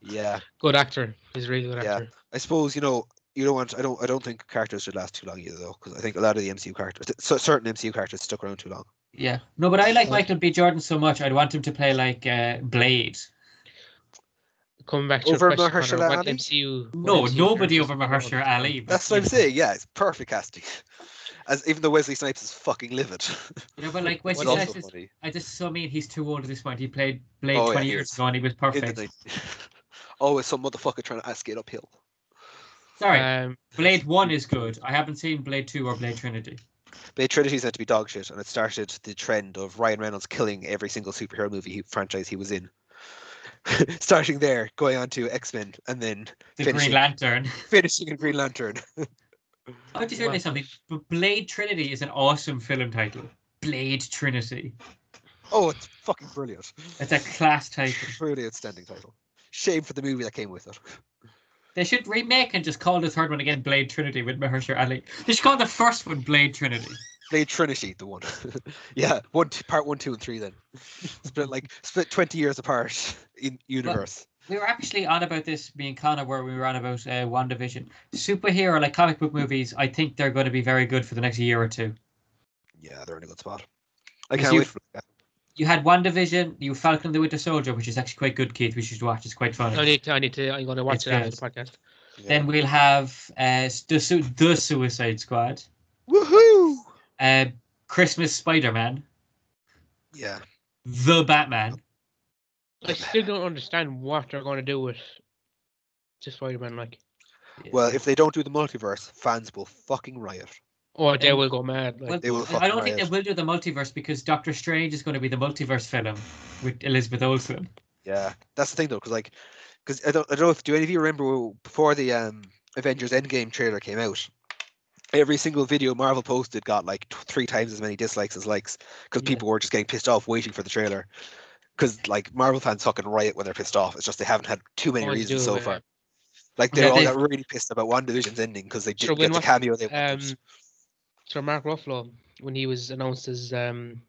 Yeah,
good actor. He's a really good
Yeah.
actor.
I suppose you know you don't want. I don't. I don't think characters should last too long either, though, because I think a lot of the MCU characters, c- certain MCU characters, stuck around too long.
Yeah. No, but I like
Yeah.
Michael B. Jordan so much. I'd want him to play like uh, Blade.
coming back to
Over
your
Mahershala
question, Connor, what
Ali?
MCU?
No,
what MCU
nobody
characters
over
do you
Mahershala
love?
Ali. but,
That's
you
what I'm
know.
saying. Yeah, it's perfect casting. As even though Wesley Snipes is fucking livid,
Yeah, but like
it's
Wesley
also
Snipes, is-
funny.
I just so mean he's too old at this point. He played Blade
Oh, yeah,
20
he
years
is.
ago and he was
In the
perfect.
night. Always some motherfucker trying to ask it uphill.
Sorry,
Uh,
Um,
Blade 1 is good. I haven't seen Blade 2 or Blade Trinity.
Blade Trinity is meant to be dog shit, and it started the trend of Ryan Reynolds killing every single superhero movie he, franchise he was in. Starting there, going on to X Men, and then
The
Finishing.
Green Lantern.
finishing in Green Lantern.
I just realized something. But Blade Trinity is an awesome film title. Blade Trinity.
Oh, it's fucking brilliant.
It's a class title.
Truly outstanding title. Shame for the movie that came with it.
They should remake and just call the third one again Blade Trinity with Mahershala Ali. They should call the first one Blade Trinity.
Blade Trinity, the one. yeah, one t- part one, two, and three. Then split like split twenty years apart in universe.
We were actually on about this, me and Connor, where we were on about uh, WandaVision. Superhero, like comic book movies, I think they're going to be very good for the next year or two.
Yeah, they're in a good spot. I
Yes,
can't
you-
wait. For that.
You had WandaVision, you Falcon and the Winter Soldier, which is actually quite good, Keith. We should watch. It's quite funny.
I need to. I need to. I'm going to watch
It's
it after the podcast.
Yeah.
Then we'll have uh, the, Su- the Suicide Squad,
woohoo!
uh, Christmas Spider Man,
Yeah,
The Batman.
I still don't understand what they're going to do with just Spider-Man. Like,
Well, if they don't do the multiverse, fans will fucking riot.
oh, they
And-
will go mad. Like,
Well,
they will
I
fucking
don't think they
riot.
will do the multiverse because Doctor Strange is going to be the multiverse film with Elizabeth Olsen.
Yeah, that's the thing though, because like, because I don't, I don't know if do any of you remember w- before the um, Avengers Endgame trailer came out, every single video Marvel posted got like t- three times as many dislikes as likes because
Yeah.
people were just getting pissed off waiting for the trailer. Because like Marvel fans fucking riot when they're pissed off. It's just they haven't had too many
Oh, they
reasons
do,
so
yeah.
far. Like
Yeah,
they all
they-
got really pissed about WandaVision's ending because they
Sure,
didn't
when
get the
what-
cameo they
um,
wanted.
Sir Mark Ruffalo when he was announced as um,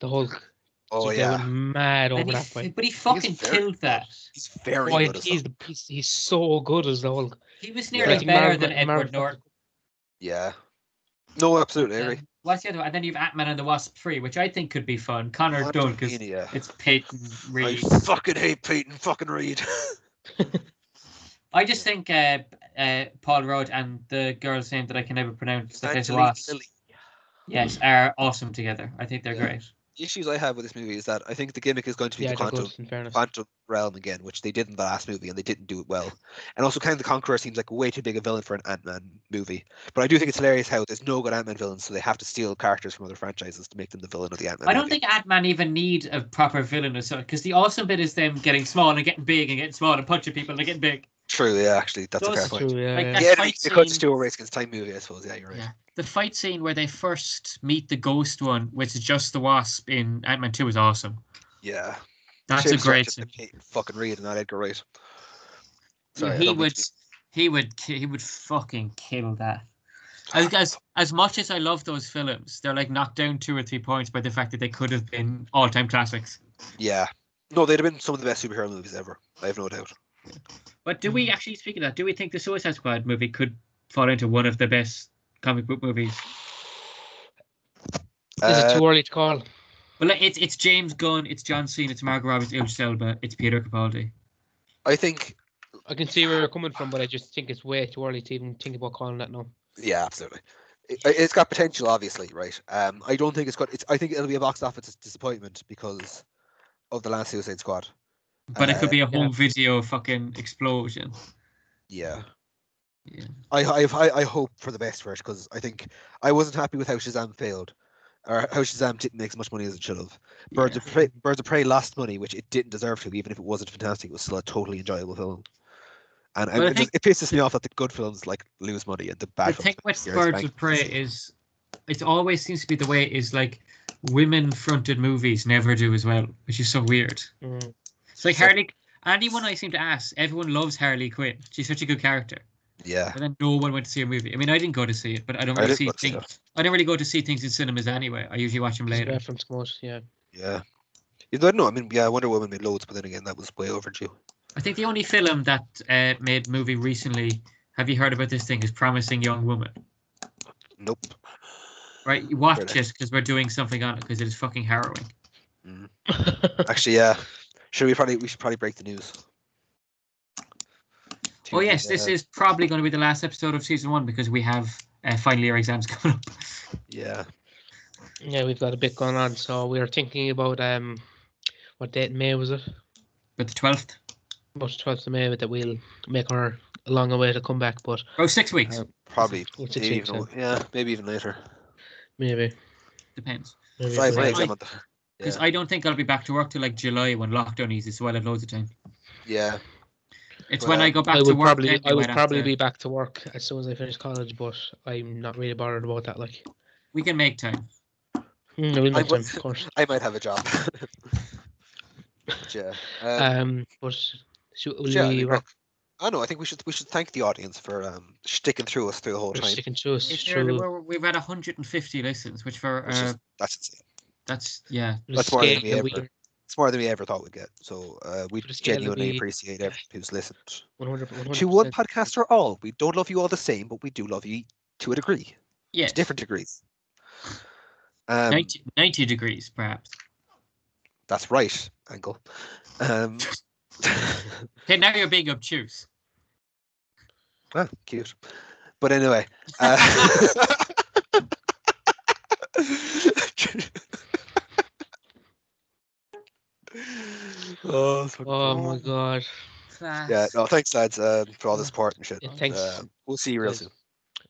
the Hulk.
oh
they
yeah,
went mad
And
over
he
that
f-
fight.
but he fucking
very
killed that.
he's very
Oh,
good. as
he's,
that.
he's he's so good as the Hulk.
He was
Yeah.
nearly
I
think
better
Marvel-
than Edward
Marvel-
Norton.
Yeah. No, absolutely. I agree.
Um, what's the other one? And then you've Ant Man and the Wasp 3, which I think could be fun. Connor, don't, because
Quantumania.
it's Peyton
I
Reed.
fucking hate Peyton fucking Reed.
I just think uh, uh, Paul Rudd and the girl's name that I can never pronounce, that plays
Angelina
Wasp,
Jolie.
yes, are awesome together. I think they're
Yeah.
great.
The issues I have with this movie is that I think the gimmick is going to be
Yeah,
the
they're
quantum,
good. In fairness,
quantum realm again, which they did in the last movie and they didn't do it well. And also, kind of the Conqueror seems like way too big a villain for an Ant Man movie. But I do think it's hilarious how there's no good Ant Man villains, so they have to steal characters from other franchises to make them the villain of the Ant Man.
I don't think Ant Man even need a proper villain or so, because the awesome bit is them getting small and getting big and getting small and punching people and getting big.
True, yeah, actually, that's a
Those
fair
It's
point.
true. Yeah,
Like
yeah.
that-
Yeah,
fight
it cuts
scene-
to a race against time movie, I suppose. Yeah, you're right.
Yeah. The fight scene where they first meet the ghost one, which is just the wasp in Ant Man 2, is awesome.
Yeah.
That's
Shame
a
it's not
great
just
scene.
that Peyton fucking Reed and not Edgar Wright. Sorry, I
he
don't mean
would,
to
he would, ki- he would fucking kill that. As, as as much as I love those films, they're like knocked down two or three points by the fact that they could have been all time classics.
be- Yeah. No, they'd have been some of the best superhero movies ever. I have no doubt.
But do we
Hmm.
Mm.
actually speak of that? Do we think the Suicide Squad movie could fall into one of the best comic book movies?
Is
Uh,
it too early to call?
Well, like, it's it's James Gunn, it's John Cena, it's Margot Robbie, it's Idris Elba, it's Peter Capaldi.
I think,
I can see where you're coming from, but I just think it's way too early to even think about calling that now.
yeah, absolutely. It, it's got potential, obviously, right? Um, I don't think it's got. It's, I think it'll be a box office disappointment because of the last Suicide Squad.
But it
Uh,
could be a
yeah.
home video fucking explosion.
Yeah.
Yeah.
I I I, I hope for the best for it because I think I wasn't happy with how Shazam failed, or how Shazam didn't make as much money as it should have. Birds of Prey, Birds of Prey lost money, which it didn't deserve to, even if it wasn't fantastic. It was still a totally enjoyable film. And I,
But I
it, just, it pisses me off that the good films like lose money and the
The
bad
thing
films.
with
Years
Birds
Bank.
of Prey is, it always seems to be the way is like women-fronted movies never do as well, which is so weird.
Mm.
It's like
So-
Harley. Anyone I seem to ask, everyone loves Harley Quinn. She's such a good character,
Yeah,
and then no one went to see her movie. I mean, I didn't go to see it, but I don't
I
really
didn't
see
go to see
things. I don't really go to see things in cinemas anyway. I usually watch them
Just
later.
Reference mode, yeah.
yeah. You don't know. I mean, yeah, Wonder Woman made loads, but then again, that was way overdue.
I think the only film that uh, made movie recently. Have you heard about this thing? Is Promising Young Woman.
Nope.
Right, you watch
Really?
it because we're doing something on it because it is fucking harrowing.
Actually, yeah. Should we probably we should probably break the news? uh,
Oh yes, this is probably going to be the last episode of season one because we have uh, final year exams coming up.
Yeah.
Yeah, we've got a bit going on, so we were thinking about um, what date in May was it?
But the twelfth,
About twelfth of May that we'll make our long awaited comeback, but
oh six weeks
Uh,
Probably.
It's a
Maybe
cheap
even, yeah, maybe even later.
maybe.
depends
maybe
Sorry,
we'll-
my
I-
exam on the,
because
Yeah.
I don't think I'll be back to work till like July when lockdown eases, so I'll have loads of time.
yeah.
It's
Well,
when I go back
I
to
would
work.
probably
then
I would
I'd have
probably
to-
be back to work as soon as I finish college, but I'm not really bothered about that. Like,
We can make time.
mm, I will
I
make time,
would-
of course.
I might have a job. But yeah. Um,
Um, but should will
yeah, I
we
mean,
wrap
look, I know. I think we should we should thank the audience for um sticking through us through the whole
we're
time.
sticking to us?
It's
True.
nearly where we've had 150 listens, which for
Which
uh,
is that's insane.
that's yeah,
the
that's more than
scale
we
that
ever-
we-
It's more than we ever thought we'd get. So uh, we
For the scale that
genuinely
we-
appreciate everyone who's listened.
100,
To one podcaster, all we don't love you all the same, but we do love you to a degree,
yeah,
to different degrees. Um,
90, 90 degrees perhaps.
That's right, Angle. Um,
Okay, now you're being obtuse.
ah, cute. But anyway. Uh, oh, it's fucking
Oh
cool.
my god.
Yeah, no, thanks, lads, um, for all the support and shit.
Yeah, thanks.
Um, we'll see you real
Yes.
soon.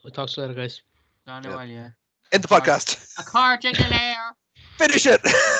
We'll talk to you later, guys.
Don't know
yeah.
why, yeah.
End the
Sorry.
podcast.
A card in the lair.
Finish it.